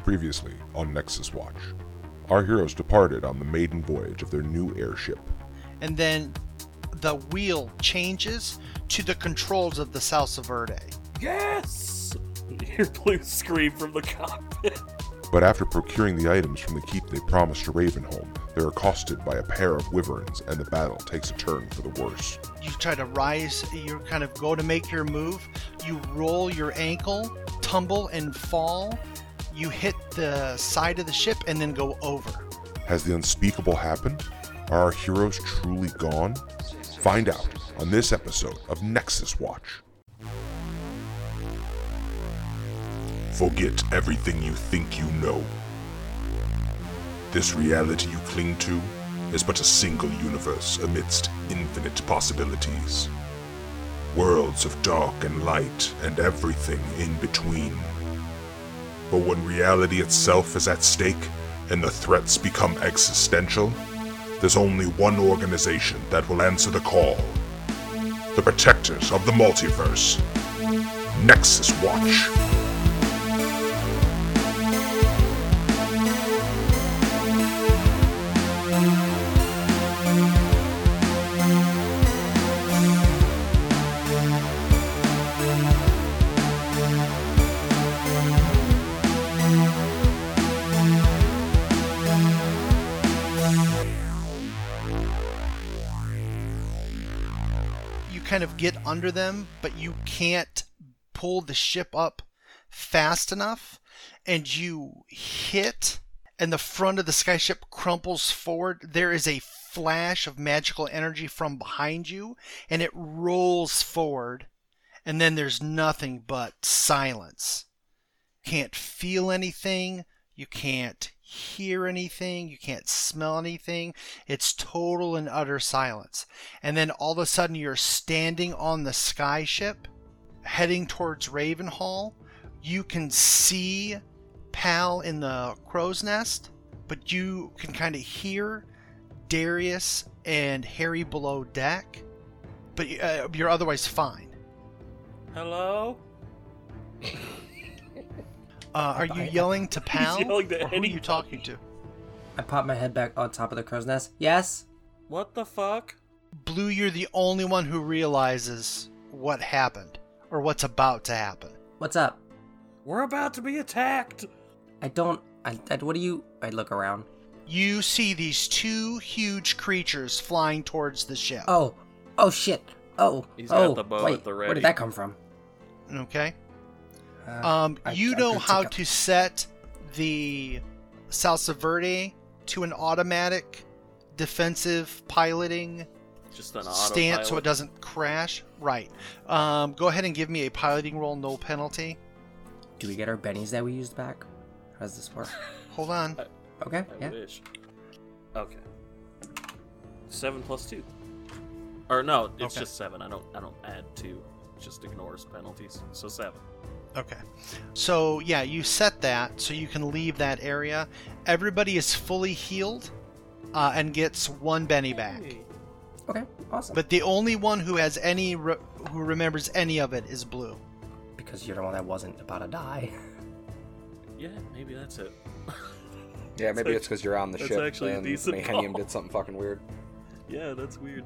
Previously on Nexus Watch, our heroes departed on the maiden voyage of their new airship. and then the wheel changes to the controls of the Salsa Verde. Yes! You hear Blue scream from the cockpit. But after procuring the items from the keep they promised to Ravenholm, they're accosted by a pair of wyverns, and the battle takes a turn for the worse. You try to rise, you kind of go to make your move, you roll your ankle, tumble and fall, you hit the side of the ship and then go over. Has the unspeakable happened? Are our heroes truly gone? Find out on this episode of Nexus Watch. Forget everything you think you know. This reality you cling to is but a single universe amidst infinite possibilities. Worlds of dark and light and everything in between. But when reality itself is at stake and the threats become existential, there's only one organization that will answer the call the protectors of the multiverse Nexus Watch. You kind of get under them, but you can't pull the ship up fast enough, and you hit, and the front of the skyship crumples forward. There is a flash of magical energy from behind you, and it rolls forward, and then there's nothing but silence. Can't feel anything, you can't hear anything, you can't smell anything. It's total and utter silence. And then all of a sudden, you're standing on the skyship heading towards Ravenhall. You can see Pal in the crow's nest, but you can kind of hear Darius and Harry below deck, but uh, you're otherwise fine. Hello? Uh, are you yelling to Pal? yelling to or who are you anybody. talking to? I pop my head back on top of the crow's nest. Yes? What the fuck? Blue, you're the only one who realizes what happened or what's about to happen. What's up? We're about to be attacked! I don't. I, I, what do you. I look around. You see these two huge creatures flying towards the ship. Oh. Oh shit. Oh. He's got oh, the bow at wait, the Where ready. did that come from? Okay. Uh, Um, I- you I know can how take to set the Salsa Verde to an automatic defensive piloting Just an stance so it autopilot. doesn't crash. Right. Um, go ahead and give me a piloting roll, no penalty. a- Do we get our bennies that we used back? How does this work? Hold on. Okay. I Yeah. wish. Okay. Seven plus two. Or no, it's Okay. just seven. I don't I don't add two. It just ignores penalties. So seven. Okay. So, yeah, you set that so you can leave that area. Everybody is fully healed uh, and gets one Benny back. Okay. Awesome. But the only one who has any re- who remembers any of it is Blue. because you're the one that wasn't about to die. Yeah, maybe that's it. Yeah, maybe That's it's because you're on the that's ship actually a and decent Mayhem call. did something fucking weird. Yeah, that's weird.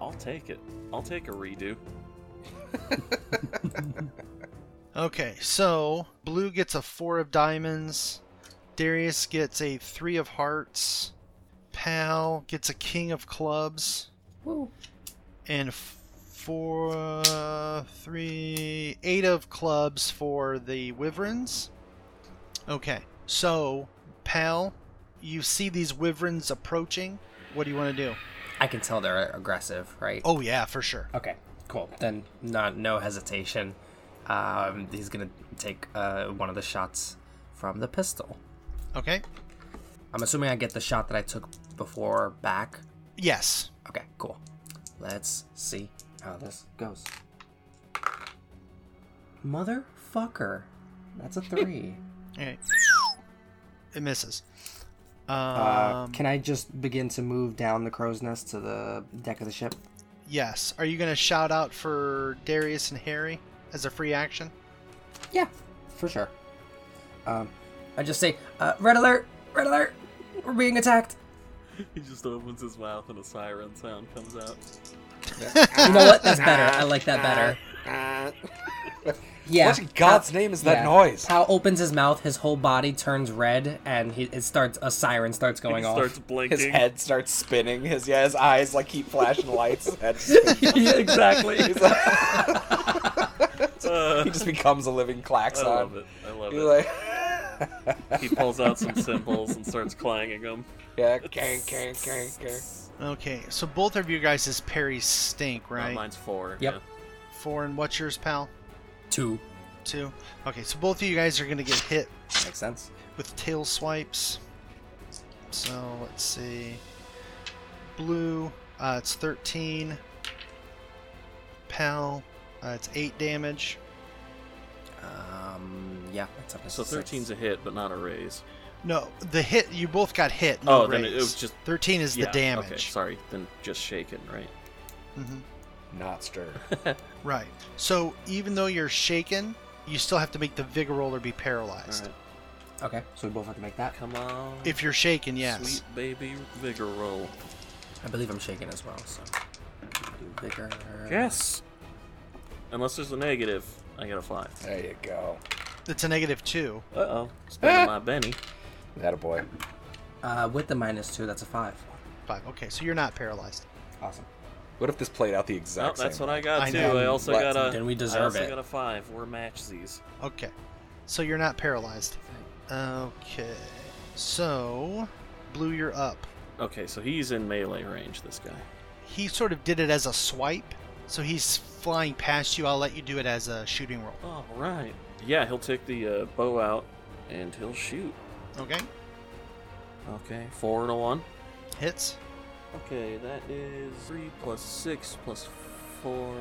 I'll take it. I'll take a redo. Okay, so Blue gets a four of diamonds. Darius gets a three of hearts. Pal gets a king of clubs. Woo. And f- four, uh, three, eight of clubs for the wyverns. Okay, so Pal, you see these wyverns approaching. What do you want to do? I can tell they're aggressive, right? Oh, yeah, for sure. Okay. Cool. Then not no hesitation. Um, he's gonna take uh, one of the shots from the pistol. Okay. I'm assuming I get the shot that I took before back. Yes. Okay, cool. Let's see how this goes. Motherfucker. That's a three. All right. It misses. Um, uh, can I just begin to move down the crow's nest to the deck of the ship? Yes. Are you going to shout out for Darius and Harry as a free action? Yeah, for sure. Um, I just say, uh, "Red alert! Red alert! We're being attacked." He just opens his mouth and a siren sound comes out. You know what? That's better. I like that better. Yeah. What in God's Pow- name is that yeah. noise? Pow opens his mouth. His whole body turns red, and he it starts. A siren starts going he off. starts blinking. His head starts spinning. His yeah, his eyes like keep flashing lights. His head just spins. Yeah, exactly. exactly. He's like- Uh, he just becomes a living I klaxon. love it. I love He's it. like, He pulls out some cymbals and starts clanging them. yeah, kank, kank, kank, kank. Okay, so both of you guys' is Perry's stink, Uh, right? mine's four. Yep. Four and what's yours, pal? Two. Two. Okay, so both of you guys are gonna get hit Makes sense. with tail swipes. So let's see. Blue, uh, it's 13. Pal, uh, it's 8 damage. Um. Yeah. That's up Yeah. to So six. 13's a hit, but not a raise. No, the hit, you both got hit. No Oh, then it- it raise. was just- 13 is Yeah, the Okay, damage. sorry. Then just shaken, right? hmm Not stir. Right. So even though you're shaken, you still have to make the vigor roller be All paralyzed. right. Okay. So we both have to make that. Come on. If you're shaken, yes. Sweet baby vigor roll. I believe I'm shaking as well. So. Do bigger. Yes. Unless there's a negative, I get a five. There you go. It's a negative 2. Uh oh. Spending my Benny. That a boy. Uh, with the minus two, that's a five. 5. Okay, so you're not paralyzed. Awesome. What if this played out the Oh, exact that's same? what I got I too. know. I also But got a. then we I deserve also it. got a five. We're matchsies. Okay. So you're not paralyzed. Okay. So, Blue, you're up. Okay, so he's in melee range. This guy. He sort of did it as a swipe, so he's flying past you. I'll let you do it as a shooting roll. All right. Yeah, he'll take the uh, bow out and he'll shoot. Okay? Okay, four and a one. Hits. Okay, that is three plus six plus four,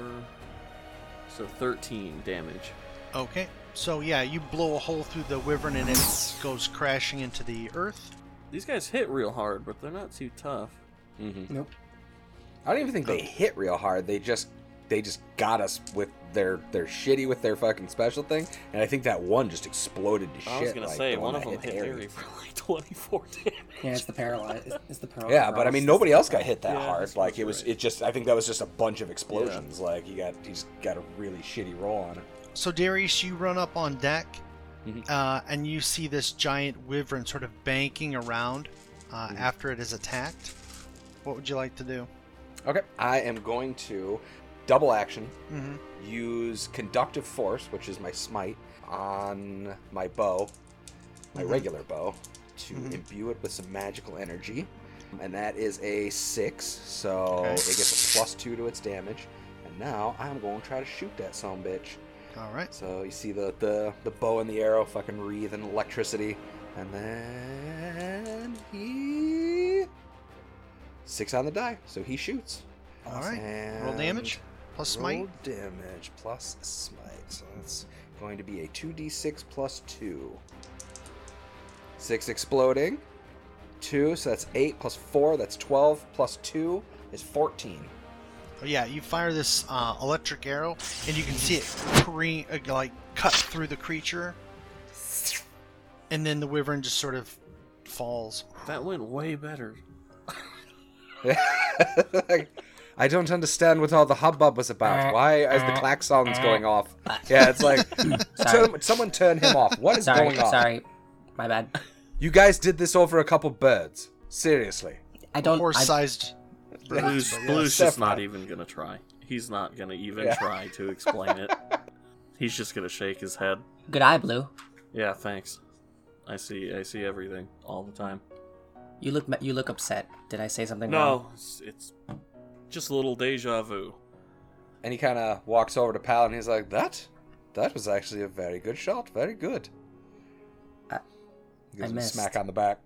so thirteen damage. Okay. So, yeah, you blow a hole through the wyvern and it goes crashing into the earth. These guys hit real hard, but they're not too tough. Mm-hmm. Nope. I don't even think they hit real hard. They just they just got us with their their shitty with their fucking special thing, and I think that one just exploded to shit. I was gonna like, say the one of that them hit Harry. Harry for like twenty-four damage. Yeah, it's the paralyzed. It's, it's the paralyzed. Yeah, but I mean, nobody else got hit that Yeah, hard. that's Like what's it was, right. it just. I think that was just a bunch of explosions. Like you got, you just got a really shitty roll on it. So, Darius, you run up on deck, Mm-hmm. Mhm. uh, and you see this giant wyvern sort of banking around uh, Mm-hmm. after it is attacked. What would you like to do? Okay, I am going to double action Mm-hmm. use conductive force, which is my smite, on my bow, my Mm-hmm. regular bow, to Mhm. imbue it with some magical energy. And that is a six, so Okay. it gets a plus two to its damage. And now I'm going to try to shoot that some bitch. All right. So you see the, the, the bow and the arrow fucking wreath in electricity. And then he. Six on the die, so he shoots. All right. And Roll damage plus smite. Roll damage plus smite. So that's going to be a 2d6 plus 2. 6 exploding. 2, so that's 8 plus 4, that's 12 plus 2 is 14. Oh, yeah, you fire this uh, electric arrow, and you can see it cre- uh, like cut through the creature, and then the wyvern just sort of falls. That went way better. I don't understand what all the hubbub was Uh, about. Why is the klaxon's going off? Yeah, it's like, Sorry. "Turn- someone turn him off. What is Sorry. going on? Sorry. My bad. You guys did this over a couple birds. Seriously. I don't. I, Horse-sized. Blue's, but yeah, Blue's just not definitely. even gonna try. He's not gonna even Yeah. try to explain it. He's just gonna shake his head. good eye, Blue. Yeah, thanks. I see. I see everything all the time. You look. ma- You look upset. Did I say something wrong? No, it's, it's just a little deja vu. And he kind of walks over to Pal and he's like, That? That was actually a very good shot. Very good. I- He gives I him a missed. smack on the back.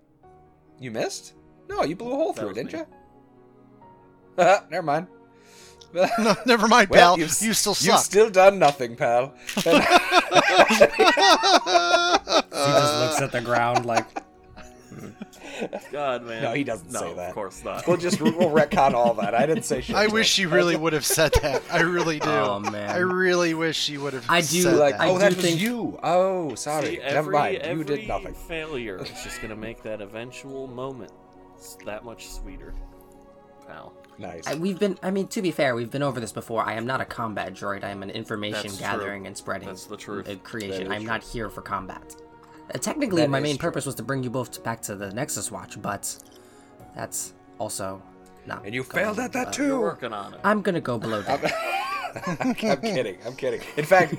You missed? No, you blew a hole That through it, was didn't me. you? Never mind. No, never mind, pal. Well, You you've s- still You've suck. still done nothing, pal. Uh, He just looks at the ground like. God, man. No, he doesn't no, say that. Of course not. We'll just we'll retcon all that. I didn't say shit. I to wish him. she really would have said that. I really do. Oh, man. I really wish she would have. I do said like- that. I Oh, that do was think- you. Oh, See, sorry. every, Never mind. Every You did nothing. Failure is just gonna make that eventual moment s- that much sweeter, pal. Nice. I, we've been. I mean, to be fair, we've been over this before. I am not a combat droid. I am an information That's gathering true. and spreading. That's the truth. uh, creation. That is I'm not here for combat. Uh, technically, That my is main true. purpose was to bring you both to- back to the Nexus Watch, but that's also not. Oh, And you going- failed at that uh, You're too. working on it. I'm gonna go below deck. I'm kidding. I'm kidding. In fact,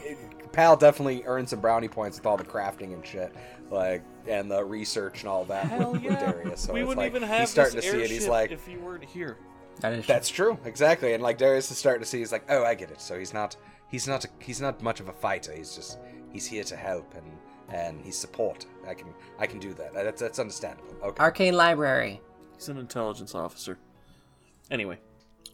Pal definitely earned some brownie points with all the crafting and shit, like and the research and all that Hell with, with yeah. Darius. So we it's wouldn't like even have he's starting to this see it. He's airship like, if you weren't here. that is. that's true, exactly. And like Darius is starting to see. He's like, oh, I get it. So he's not. He's not. A, he's not much of a fighter. He's just. He's here to help and and he's support. I can. I can do that. That's that's understandable. Okay. Arcane Library. He's an intelligence officer. Anyway,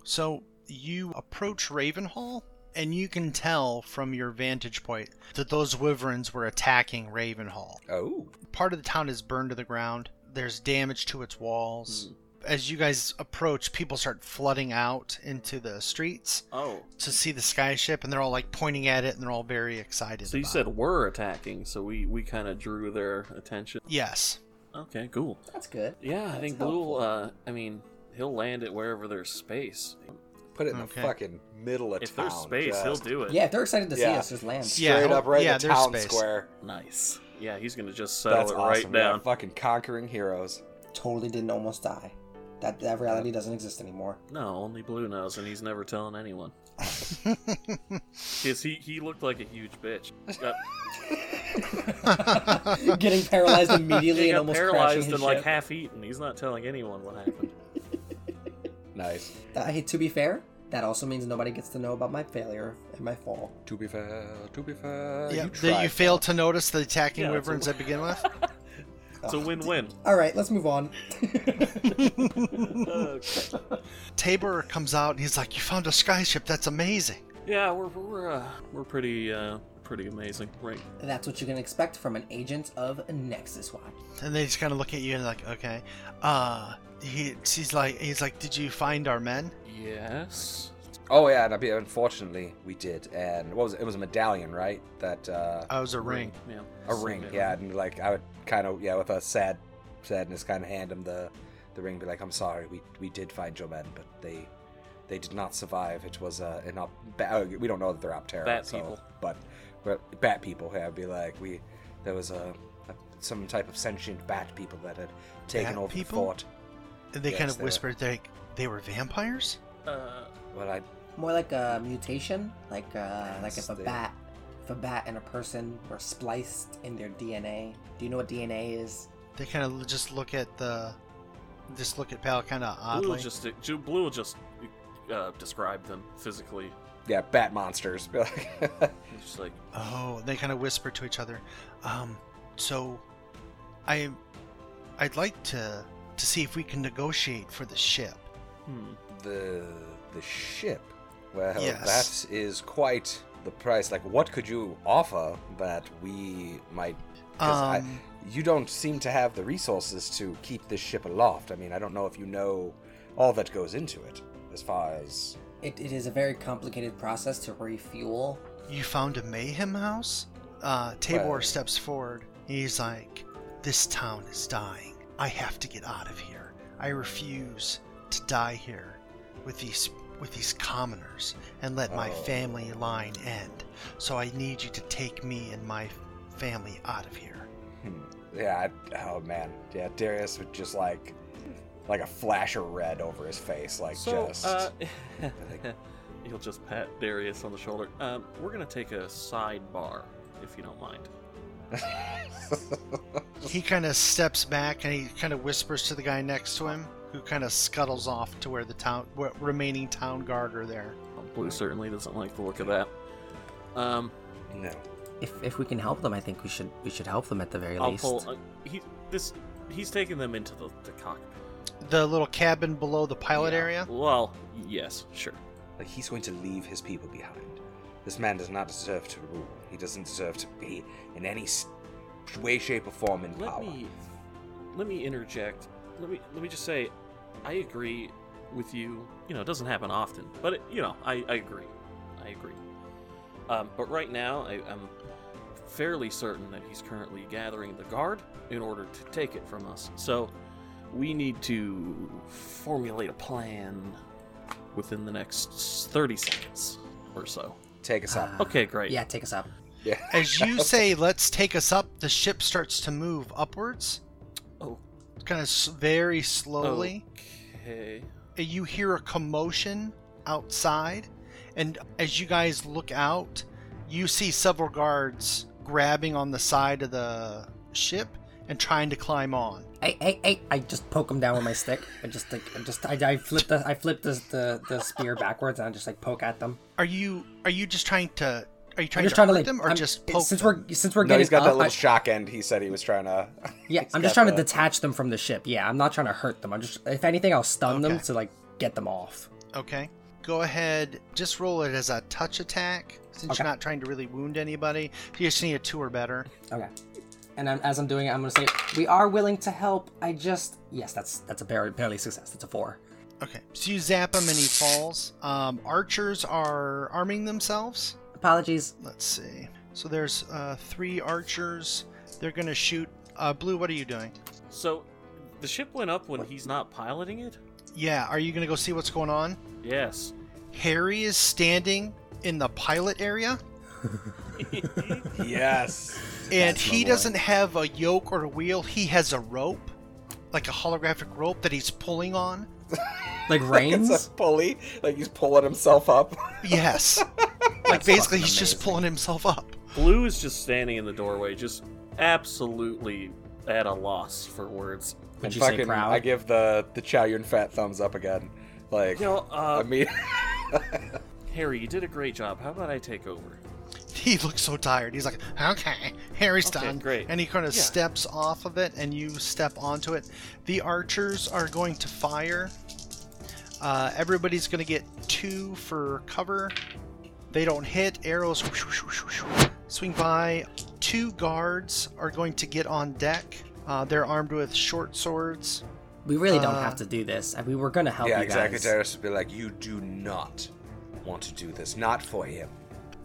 So you approach Ravenhall, and you can tell from your vantage point that those wyverns were attacking Ravenhall. Oh. Part of the town is burned to the ground. There's damage to its walls. Hmm. As you guys approach, people start flooding out into the streets oh, to see the sky ship, and they're all like pointing at it, and they're all very excited. so you about said it. we're attacking, so we we kind of drew their attention. yes. Okay, cool. That's good. Yeah, I That's think Blue. helpful. will, Uh, I mean, he'll land it wherever there's space. Put it in Okay. the fucking middle of If town. there's space, he'll just do it. Yeah, if they're excited to see Yeah. us, just land. Yeah, Straight up right yeah, in the there's town space. square. Nice. Yeah, he's gonna just settle That's it awesome. right down. Yeah, fucking conquering heroes. Totally didn't almost die. That that reality doesn't exist anymore. No, only Blue knows, and he's never telling anyone. Cause he he looked like a huge bitch. Got, Getting paralyzed immediately he and got almost crashing paralyzed his and like ship. half eaten. He's not telling anyone what happened. Nice. Uh, hey, to be fair, that also means nobody gets to know about my failure and my fall. To be fair, to be Oh, fair. yeah, you that tried. you failed to notice the attacking Yeah, that's wyverns a- to begin with. It's a win-win. All right, let's move on. Okay. Tabor comes out and he's like, "You found a sky ship. That's amazing." Yeah, we're we're uh, we're pretty uh, pretty amazing, right? That's what you can expect from an agent of Nexus Watch. And they just kind of look at you and like, "Okay." Uh, he he's like he's like, "Did you find our men?" Yes. Oh yeah, and I be- unfortunately we did. And what was it? It was a medallion, right? That uh, I was a ring. Yeah. a so ring. good. Yeah, and like I would kind of yeah with a sad sadness kind of hand him the the ring, be like, I'm sorry, we we did find your men, but they they did not survive. It was uh, an op- ba- uh, we don't know that they're Optera. Bat so, people. but but bat people. Yeah, I'd be like we there was a, a some type of sentient bat people that had taken Bat over people? the fort. And they Yes, kind of they were. whispered, "They they were vampires." Uh, Well, I More like a mutation, like uh, like if a Interesting. bat, if a bat and a person were spliced in their DNA. Do you know what DNA is? They kind of just look at the, just look at Pal kind of Blue will oddly. just Ju- Blue will just uh, describe them physically. yeah bat monsters. Be like, He's just like Oh, they kind of whisper to each other. Um, so, I, I'd like to to see if we can negotiate for the ship. hmm. the the ship. Well, Yes. that is quite the price. Like, what could you offer that we might? 'cause I- Um, you don't seem to have the resources to keep this ship aloft. I mean, I don't know if you know all that goes into it, as far as It, it is a very complicated process to refuel. You found a mayhem house? Uh, Tabor Well- steps forward. He's like, This town is dying. I have to get out of here. I refuse to die here with these with these commoners and let my Oh. family line end. So I need you to take me and my family out of here. Hmm. Yeah. I, oh man. Yeah. Darius would just like, like a flash of red over his face, like so, just. uh, think- he'll just pat Darius on the shoulder. Um, we're gonna take a sidebar, if you don't mind. He kind of steps back and he kind of whispers to the guy next to him, who kind of scuttles off to where the town what remaining town guard are there. Well, Blue certainly doesn't like the look of that. Um, no. If, if we can help them, I think we should we should help them at the very I'll least. pull. Uh, he this he's taking them into the, the cockpit. The little cabin below the pilot Yeah. area. Well, yes, sure. Like he's going to leave his people behind. This man does not deserve to rule. He doesn't deserve to be in any s- way, shape, or form in Let power. me let me interject. Let me let me just say, I agree with you. You know, it doesn't happen often, but it, you know, I, I agree. I agree. Um, but right now, I, I'm fairly certain that he's currently gathering the guard in order to take it from us. So we need to formulate a plan within the next 30 seconds or so. Take us up. Uh, Okay, great. Yeah, take us up. Yeah. As you say, let's take us up, the ship starts to move upwards, Oh, kind of s- very slowly. Okay. And You hear a commotion outside, and as you guys look out, you see several guards grabbing on the side of the ship and trying to climb on. Hey, hey, hey! I just poke him down with my stick. I just like, I just, I, I flip the, I flip the, the, the spear backwards, and I just like poke at them. Are you are you just trying to are you trying to I'm just trying hurt to like, them or I'm- just it- poke since them? we're since we're No, getting he's got up, that little I- shock end he said he was trying to. yeah, he's I'm just got trying to the- detach them from the ship. Yeah, I'm not trying to hurt them. I'm just, if anything, I'll stun them Okay. to like get them off. Okay. Go ahead. Just roll it as a touch attack since Okay. you're not trying to really wound anybody. You just need a two or better. Okay. And I'm, as I'm doing it, I'm gonna say, "We are willing to help. I just, yes, that's that's a barely, barely success. That's a four. Okay. So you zap him and he falls. Um, archers are arming themselves. Apologies. Let's see. So there's uh, three archers. They're going to shoot. Uh, Blue, what are you doing? So the ship went up when he's not piloting it? Yeah. Are you going to go see what's going on? Yes. Harry is standing in the pilot area yes. and That's he my boy. doesn't have a yoke or a wheel. He has a rope, like a holographic rope that he's pulling on. Like It's reins. a pulley. Like he's pulling himself up. Yes. like basically fucking he's just amazing. pulling himself up. Blue is just standing in the doorway, just absolutely at a loss for words. Would And you say fucking, proud? I give the the Chow Yun Fat thumbs up again. Like, You know, uh, I mean, Harry, you did a great job. How about I take over? He looks so tired. He's like, okay, Harry's Okay, done. great. And he kind of Yeah. steps off of it, and you step onto it. The archers are going to fire. Uh, everybody's going to get two for cover. They don't hit. Arrows swing by. Two guards are going to get on deck. Uh, they're armed with short swords. we really don't uh, have to do this. We were gonna help yeah, you exactly. guys. Darius would be like, "You do not want to do this. Not for him."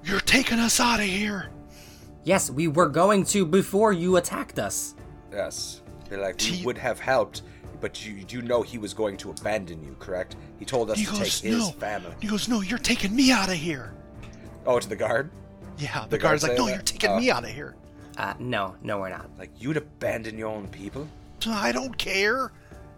You're taking us out of here. Yes, we were going to before you attacked us. Yes. Be like, "We T- would have helped, but you you know he was going to abandon you, correct? He told us he to take goes, his no. family." He goes, no, you're taking me out of here. Oh, to the guard. Yeah, the, The guard's guards like, say no, that? you're taking Oh. me out of here. Uh, no, no, we're not. Like, you'd abandon your own people. I don't care.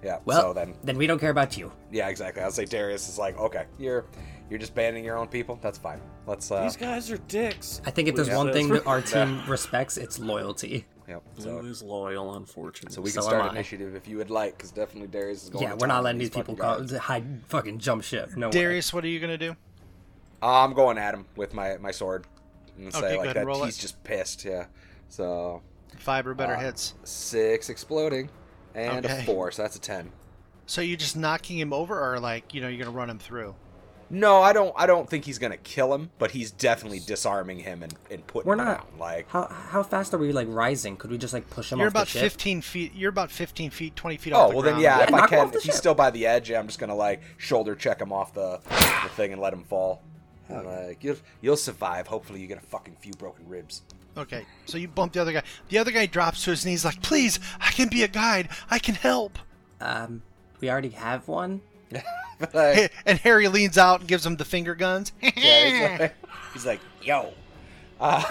Yeah. Well, so then, then we don't care about you. yeah, exactly. I'll say Darius is like, "Okay, you're you're just abandoning your own people. That's fine. Let's uh." These guys are dicks. I think if there's Blue one says- thing that our team respects, it's loyalty. Yep. Blue So, is loyal, unfortunately. so we can Mm-hmm. So am start I. initiative if you would like, because definitely Darius is going. yeah, to we're town not on letting these fucking people go guards. hide, fucking jump ship. No way. Darius, what are you gonna do? I'm going at him with my my sword and Okay, say go ahead like and that. roll He's it. just pissed. Yeah. So Five or better Uh, hits. six exploding, and Okay. a four. So that's a ten. So you're just knocking him over, or like you know you're gonna run him through? No, I don't. I don't think he's gonna kill him, but he's definitely disarming him and, and putting We're him not. down. Like How how fast are we like rising? Could we just like push him You're off the about ship? 15 feet. You're about 15 feet, 20 feet oh off the well, then ground. yeah. Yeah, if I knock him can, off the if he's ship. still by the edge, yeah, I'm just gonna like shoulder check him off the the thing and let him fall. And, Like you'll you'll survive. Hopefully, you get a fucking few broken ribs. Okay. So you bump the other guy. The other guy drops to his knees, like, "Please, I can be a guide. I can help." Um, we already have one. Like, And Harry leans out and gives him the finger guns. Yeah, he's like, he's like, yo. Uh,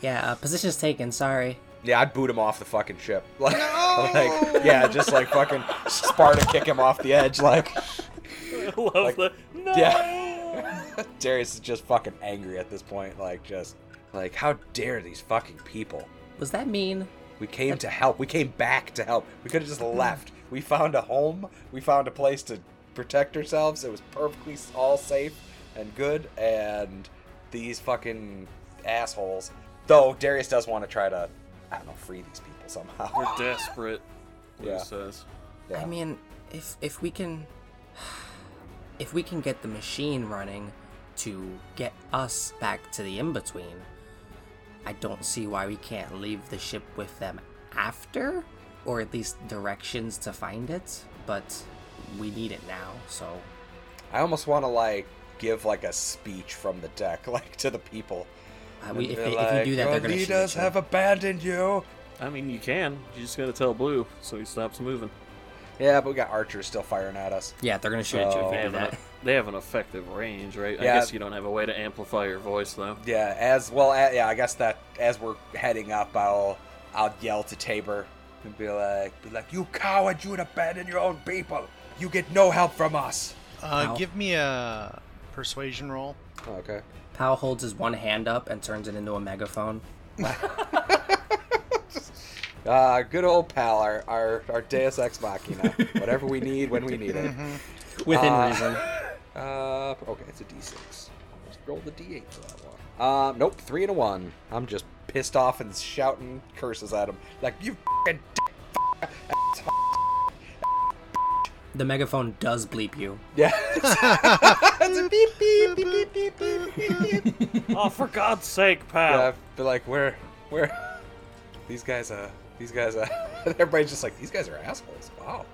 Yeah, uh, position's taken. Sorry. yeah, I'd boot him off the fucking ship. Like, like, yeah, just like fucking Sparta kick him off the edge. Like, I love like- the. No! yeah. Darius is just fucking angry at this point. Like, just like, how dare these fucking people? Was that mean? We came to help. We came back to help. We could have just left. We found a home. We found a place to protect ourselves. It was perfectly s- all safe and good. And these fucking assholes. Though Darius does want to try to, I don't know, free these people somehow. We're desperate, Blue Yeah. says. Yeah. I mean, if if we can, if we can get the machine running to get us back to the in between, I don't see why we can't leave the ship with them after. or at least directions to find it, but we need it now, so I almost want to like give like a speech from the deck, like to the people. uh, we, And if, be they, if like, we do that, they're "Your gonna shoot leaders at you." have abandoned you. I mean, you can. You just gotta tell Blue so he stops moving. Yeah, but we got archers still firing at us. Yeah, they're gonna shoot at you if So- we They do have, that. an, e- they have an effective range, right? I Yeah. guess you don't have a way to amplify your voice, though. Yeah, as well. a yeah, I guess that as we're heading up, I'll I'll yell to Tabor and be like, be like, you coward! You'd abandon your own people. You get no help from us. Uh, Ow. Give me a persuasion roll. Okay. Powell holds his one hand up and turns it into a megaphone. Ah, good old pal, our, our our Deus Ex Machina. Whatever we need when we need it. Within Uh, reason. Uh, okay, it's a D6. Let's roll the D8 for that one. Um, nope, three and a one. I'm just pissed off and shouting curses at him, like you fing dick, f- The megaphone does bleep you. yeah. it's a beep beep beep beep beep beep beep. beep. oh, for God's sake, Yeah, pal! but like where where these guys uh these guys uh everybody's just like these guys are assholes. Wow.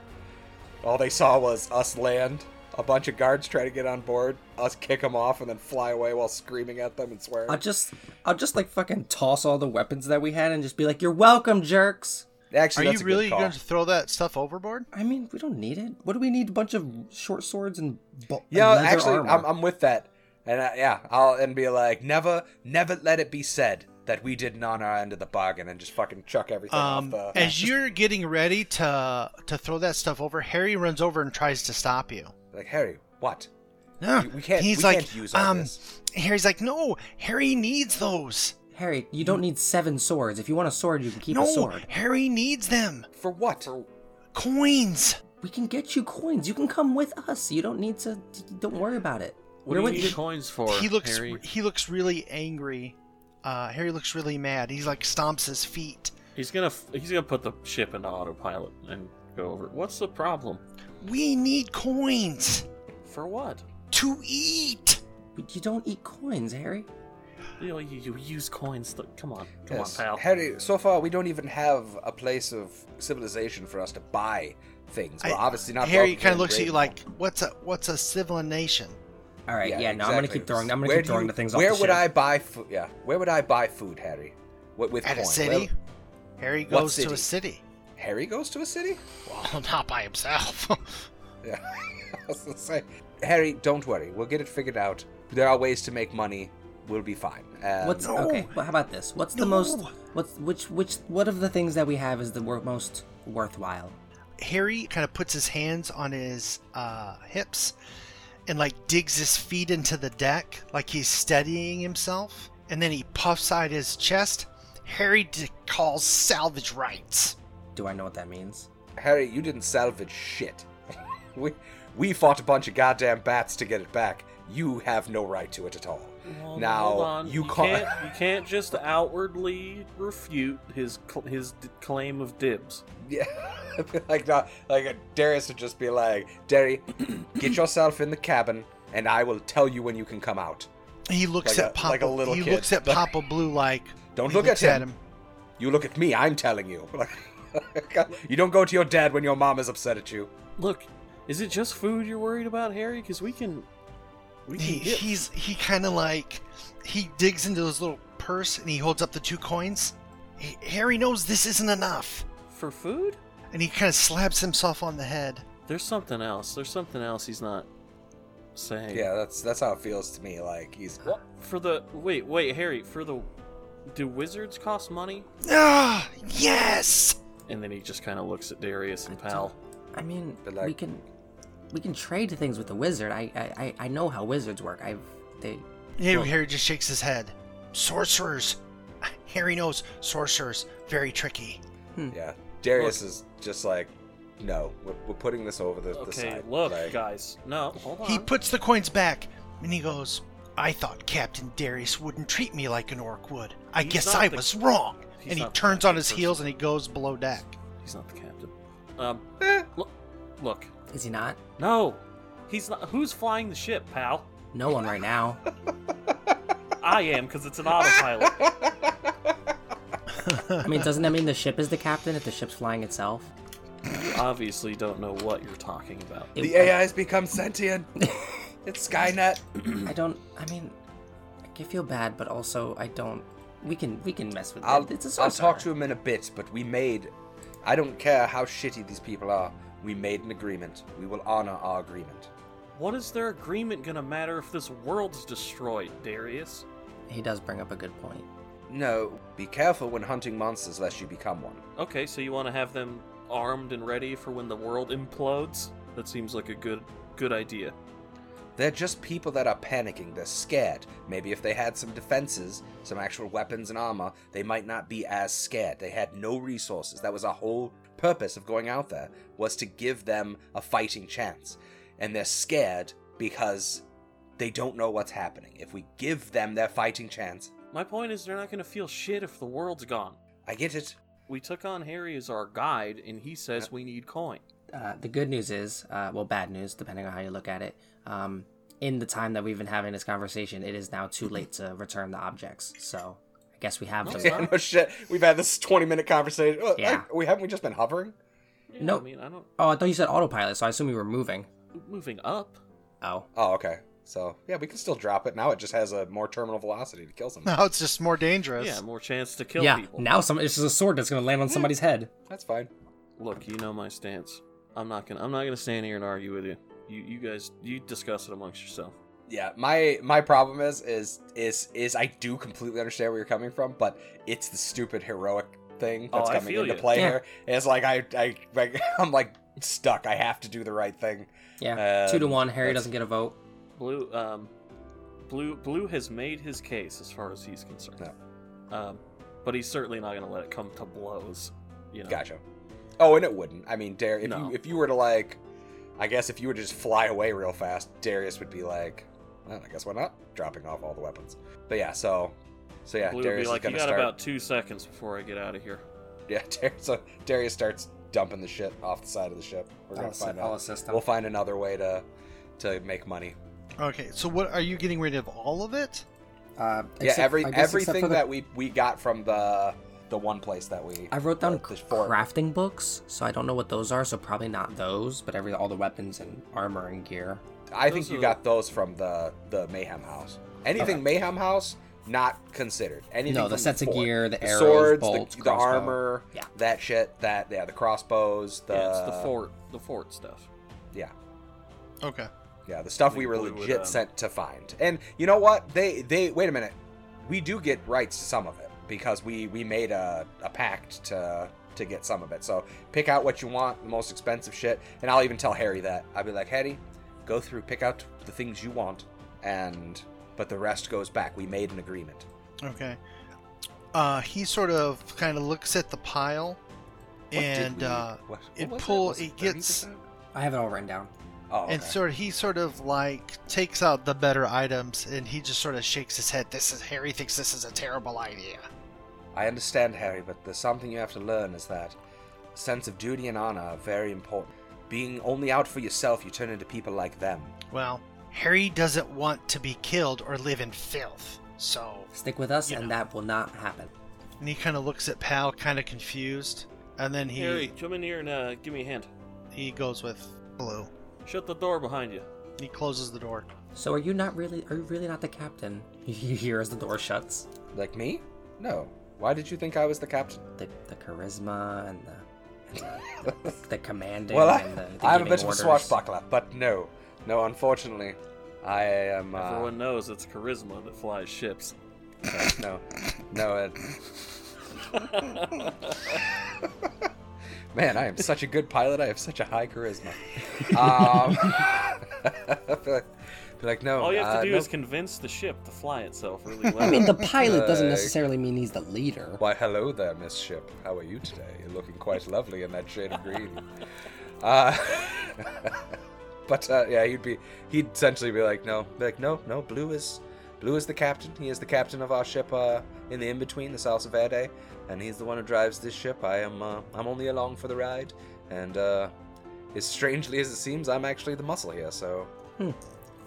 All they saw was us land. A bunch of guards try to get on board, us kick them off, and then fly away while screaming at them and swearing. I'll just, I'll just like fucking toss all the weapons that we had and just be like, "You're welcome, jerks." Actually, Are that's you a good really call. going to throw that stuff overboard? I mean, we don't need it. What do we need? A bunch of short swords and bo- Yeah, leather actually, armor? I'm, I'm with that, and I, yeah, I'll and be like, never, never let it be said that we didn't honor our end of the bargain, and just fucking chuck everything Um, off the. as you're getting ready to to throw that stuff over, Harry runs over and tries to stop you. like Harry, what? No, We- we can't- He's we like, can't use all um, this. Harry's like, no, Harry needs those. Harry, you don't need seven swords. If you want a sword, you can keep no, a sword. Harry needs them. For what? Coins. We can get you coins. You can come with us. You don't need to. Don't worry about it. What We're do you with need you. coins for? he looks Harry? he looks really angry. Uh, Harry looks really mad. He's like stomps his feet. He's gonna f- he's gonna put the ship into autopilot and go over. What's the problem? We need coins For what? to eat. You don't eat coins, Harry. You know, you, you use coins. To- come on, come Yes. on, pal. Harry, so far we don't even have a place of civilization for us to buy things. Well, I- obviously not. Harry Roman kind of looks at Great. you like, "What's a what's a civilization?" All right, yeah, no, I'm gonna exactly. keep throwing. I'm gonna Where keep do throwing the you- things Where off the would ship. I buy food? Yeah, where would I buy food, Harry? What with At a coins? city. Where- Harry What goes to city? a city. Harry goes to a city. Well, not by himself. Yeah. I was gonna say, Harry, don't worry. We'll get it figured out. There are ways to make money. We'll be fine. Um, What's No. okay? Well, how about this? What's the most? No. What's which? Which? What of the things that we have is the wor- most worthwhile? Harry kind of puts his hands on his uh, hips and like digs his feet into the deck, like he's steadying himself. And then he puffs out his chest. Harry d- calls salvage rights. Do I know what that means? Harry? You didn't salvage shit. we we fought a bunch of goddamn bats to get it back. You have no right to it at all. Well, now hold on. you, can't can't. you can't just outwardly refute his cl- his d- claim of dibs. Yeah. like not like uh, Darius would just be like, Derry, get yourself in the cabin, and I will tell you when you can come out. He looks Like a- at Papa. like a little he kid. looks at Papa Blue like. Don't he look looks at him. You look at me. I'm telling you. you don't go to your dad when your mom is upset at you. Look, is it just food you're worried about, Harry? Because we can, we can He, get. he's he kind of like he digs into his little purse and he holds up the two coins. He, Harry knows this isn't enough, For food? and he kind of slaps himself on the head. There's something else. There's something else he's not saying. Yeah, that's that's how it feels to me. Like he's What? For the wait, wait, Harry. For the do wizards cost money? Ah, yes. And then he just kind of looks at Darius and I Pal. don't- I mean, But, like- we can we can trade things with the wizard. I I, I- I know how wizards work. I've they Hey, Well- Harry just shakes his head. Sorcerers. Harry knows sorcerers very tricky. hmm. yeah. Darius is just like, no, we're, we're putting this over the, the Okay, side. look, like, guys. No, hold on. He puts the coins back and he goes, "I thought Captain Darius wouldn't treat me like an orc would. I He's guess not I the- was wrong." he's And he not the turns captain on his person. heels and he goes below deck. He's not the captain. Um, look, look. is he not? No, he's not. Who's flying the ship, pal? No one right now. I am, because it's an autopilot. I mean, doesn't that mean the ship is the captain if the ship's flying itself? You obviously don't know what you're talking about. It- The AI's become sentient. it's Skynet. I don't. I mean, I feel bad, but also I don't. We can we can mess with I'll, it. It's a I'll talk to sorcerer. him in a bit, but we made. I don't care how shitty these people are. We made an agreement. We will honor our agreement. What is their agreement gonna matter if this world's destroyed, Darius? He does bring up a good point. No, be careful when hunting monsters lest you become one. Okay, so you want to have them armed and ready for when the world implodes? That seems like a good good idea. They're just people that are panicking. They're scared. Maybe if they had some defenses, some actual weapons and armor, they might not be as scared. They had no resources. That was our whole purpose of going out there was to give them a fighting chance. And they're scared because they don't know what's happening. If we give them their fighting chance, My point is they're not gonna feel shit if the world's gone. I get it. We took on Harry as our guide, and he says we need coin. Uh, the good news is, uh, well, bad news depending on how you look at it. Um, in the time that we've been having this conversation, it is now too late to return the objects. So I guess we have No, those. it's not. Yeah, no Oh, shit. We've had this 20 minute conversation. Oh, Yeah. We haven't we just been hovering? Yeah, No. I mean I don't. Oh, I thought you said autopilot, so I assume we were moving. Moving up. Oh, Oh, okay. So, yeah, we can still drop it. Now it just has a more terminal velocity to kill something. Now it's just more dangerous. Yeah, more chance to kill yeah. people. Now some it's just a sword that's gonna land on somebody's head. That's fine. Look, you know my stance. I'm not gonna. I'm not gonna stand here and argue with you. You, you guys, you discuss it amongst yourself. Yeah, my my problem is is is is I do completely understand where you're coming from, but it's the stupid heroic thing Oh, that's I coming feel into you. play Yeah. here. It's like I I like, I'm like stuck. I have to do the right thing. Yeah, Um, two to one. Harry that's- doesn't get a vote. Blue, um, Blue, Blue has made his case as far as he's concerned. Um, but he's certainly not gonna let it come to blows. You know. Gotcha. Oh, and it wouldn't. I mean, Darius, if No. you if you were to like, I guess if you were to just fly away real fast, Darius would be like, well, I guess why not dropping off all the weapons. But yeah, so so yeah, Blue would Darius be like, is you gonna got start. about two seconds before I get out of here. Yeah, Dar- so Darius starts dumping the shit off the side of the ship. We're I'll, gonna assi- find I'll out. assist him. We'll find another way to to make money. Okay, so what are you getting rid of all of it? Uh, yeah, every everything that that we we got from the the one place that we I wrote down the- the fort. crafting books, so I don't know what those are. So probably not those, but every all the weapons and armor and gear. I Those think are- you got those from the the Mayhem House. Anything Okay. Mayhem House not considered. Anything no, the from sets of fort. gear, the, the arrows, swords, bolts, the, the crossbow. armor, Yeah. that shit, that yeah, the crossbows, the yeah, it's the fort, the fort stuff. yeah. Okay. Yeah, the stuff we Think were Blue would, legit um, sent to find. And you know what? They they wait a minute. We do get rights to some of it because we we made a, a pact to to get some of it. So pick out what you want, the most expensive shit, and I'll even tell Harry that. I'll be like, Harry, go through, pick out the things you want, and but the rest goes back. We made an agreement. Okay. Uh, he sort of kind of looks at the pile, What did and we- uh, what- what it was pull- Was it gets- 30%? I have it all written down. Oh, and okay. sort of he sort of like takes out the better items, and he just sort of shakes his head. This is Harry thinks this is a terrible idea. I understand, Harry, but there's something you have to learn is that sense of duty and honor are very important. Being only out for yourself, you turn into people like them. Well, Harry doesn't want to be killed or live in filth, so. Stick with us, You and know. that will not happen. And he kind of looks at Pal, kind of confused, and then he Harry, come in here and uh, give me a hand. he goes with Blue. Shut the door behind you. He closes the door. So are you not really? Are you really not the captain? You hear as the door shuts. Like me? No. Why did you think I was the captain? The, the charisma and the and the, the, the commanding. well, I, and the, the I'm a giving bit of a orders. swashbuckler, but no. No, unfortunately, I am. Uh, Everyone knows it's charisma that flies ships. no, no, uh, it, man, I am such a good pilot. I have such a high charisma. Um, I feel like, feel like, no. All you have uh, to do no. is convince the ship to fly itself really well. I mean, the pilot doesn't Like- necessarily mean he's the leader. Why, hello there, Miss Ship. How are you today? You're looking quite lovely in that shade of green. Uh, but uh, yeah, he'd be he'd essentially be like, no, like no, no. Blue is Blue is the captain. He is the captain of our ship uh, in the in between, the Salsa Verde, and he's the one who drives this ship. I am uh, I'm only along for the ride, and uh, as strangely as it seems, I'm actually the muscle here. So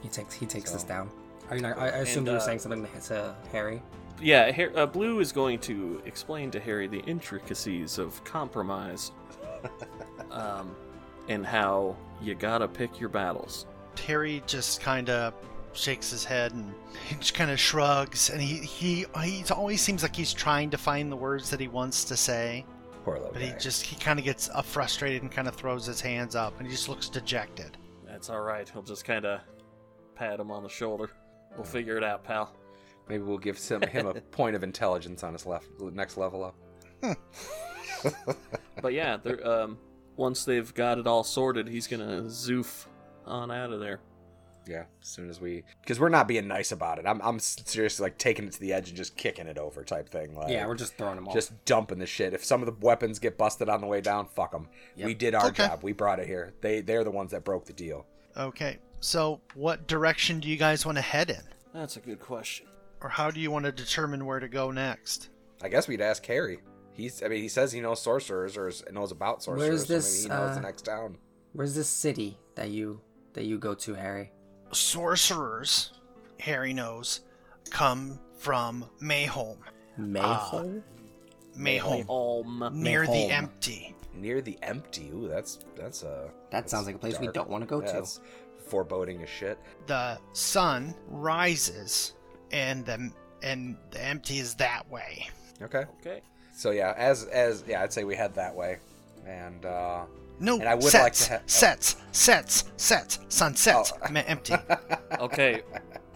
He takes he takes So- this down. Are you not, I, I assume And, you were uh, saying something to, to Harry. yeah, Har uh, Blue is going to explain to Harry the intricacies of compromise, um, and how you gotta pick your battles. Terry just kind of shakes his head and he just kind of shrugs and he he he always seems like he's trying to find the words that he wants to say Poor little but guy. he just he kind of gets uh, frustrated and kind of throws his hands up and he just looks dejected That's all right. He'll just kind of pat him on the shoulder. We'll figure it out, pal. Maybe we'll give some, him a point of intelligence on his left, next level up. But yeah, they're, um, once they've got it all sorted, he's gonna zoof on out of there. Yeah, as soon as we, because we're not being nice about it. I'm, I'm seriously like taking it to the edge and just kicking it over type thing. Like, yeah, we're just throwing them all. just dumping the shit. If some of the weapons get busted on the way down, fuck them. Yep. We did our Okay. job. We brought it here. They, they're the ones that broke the deal. okay so what direction do you guys want to head in That's a good question. or how do you want to determine where to go next I guess we'd ask Harry. He's, I mean, he says he knows sorcerers or is- knows about sorcerers. Where's so maybe this, he knows the uh, next town. Where's this city that you that you go to, Harry? sorcerers harry knows come from mayholm Ah, Mayhole? mayholm Um, near Mayholm. the empty Near the empty. Ooh, that's that's a. that sounds like a place we dark. don't want to go Yeah, to. that's Foreboding as shit. the sun rises and the and the empty is that way Okay. okay. So yeah, as as yeah, I'd say we head that way, and uh, no And I would like sets to ha- oh. sets sets sets sunset ma- empty Okay.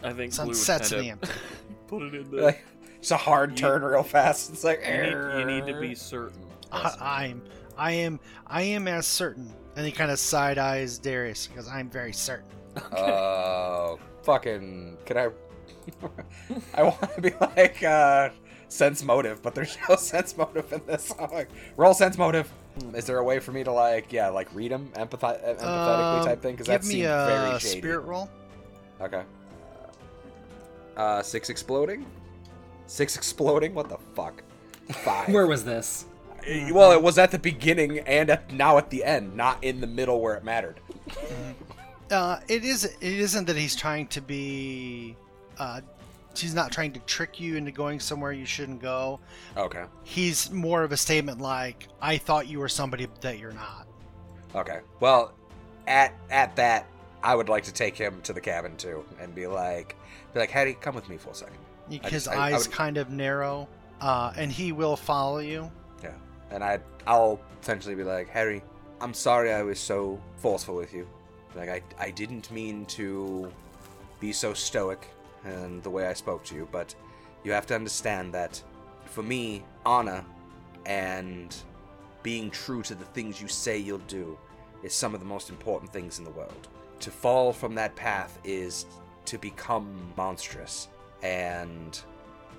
I think Blue sunsets in the kind empty of put it in there. like, it's a hard turn real fast. It's like You need, you need to be certain. I, i'm i am i am as certain and he kind of side eyes darius because i'm very certain Oh, fucking! Can I? I want to be like uh, sense motive, but there's no sense motive in this. I'm like, roll sense motive. Is there a way for me to like, yeah, like read them empathi- empathetically Um, type thing? Because give that me seems a very shady. spirit roll Okay. Uh, six exploding. Six exploding. What the fuck? Five. Where was this? Uh, Well, it was at the beginning and at, now at the end, not in the middle where it mattered. uh, it is it isn't that he's trying to be uh, he's not trying to trick you into going somewhere you shouldn't go Okay. he's more of a statement like i thought you were somebody that you're not Okay. Well, at at that, I would like to take him to the cabin too and be like, be like, Hattie, come with me for a second. I his just- I- I eyes would- kind of narrow uh, and he will follow you Yeah. And I I'll essentially be like, Harry, I'm sorry I was so forceful with you. Like I I didn't mean to be so stoic in the way I spoke to you, but you have to understand that for me, honor and being true to the things you say you'll do is some of the most important things in the world. To fall from that path is to become monstrous. And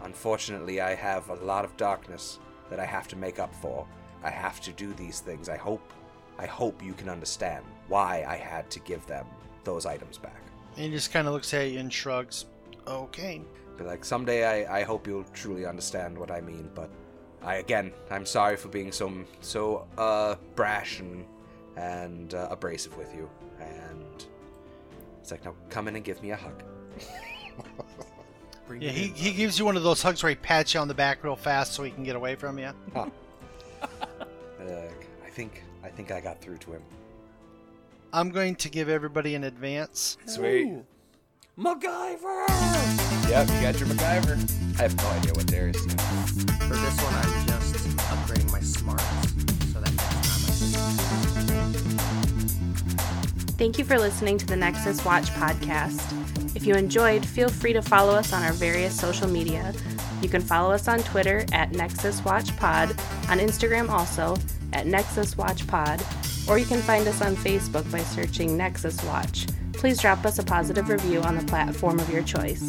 unfortunately, I have a lot of darkness that I have to make up for. I have to do these things. I hope I hope you can understand why I had to give them those items back. and he just kind of looks at you and shrugs okay But like someday I, I hope you'll truly understand what I mean, but I again, I'm sorry for being so so uh brash and and uh, abrasive with you. And it's like now come in and give me a hug. Bring yeah it he, in. he gives you one of those hugs where he pats you on the back real fast so he can get away from you Like, I think I think I got through to him. i'm going to give everybody an advance Sweet. MacGyver! Yep, you got your MacGyver. I have no idea what Darius is. For this one, I'm just upgrading my smarts so that that's not my Thank you for listening to the Nexus Watch podcast. If you enjoyed, feel free to follow us on our various social media. You can follow us on Twitter at Nexus Watch Pod, on Instagram also at Nexus Watch Pod, or you can find us on Facebook by searching Nexus Watch. Please drop us a positive review on the platform of your choice.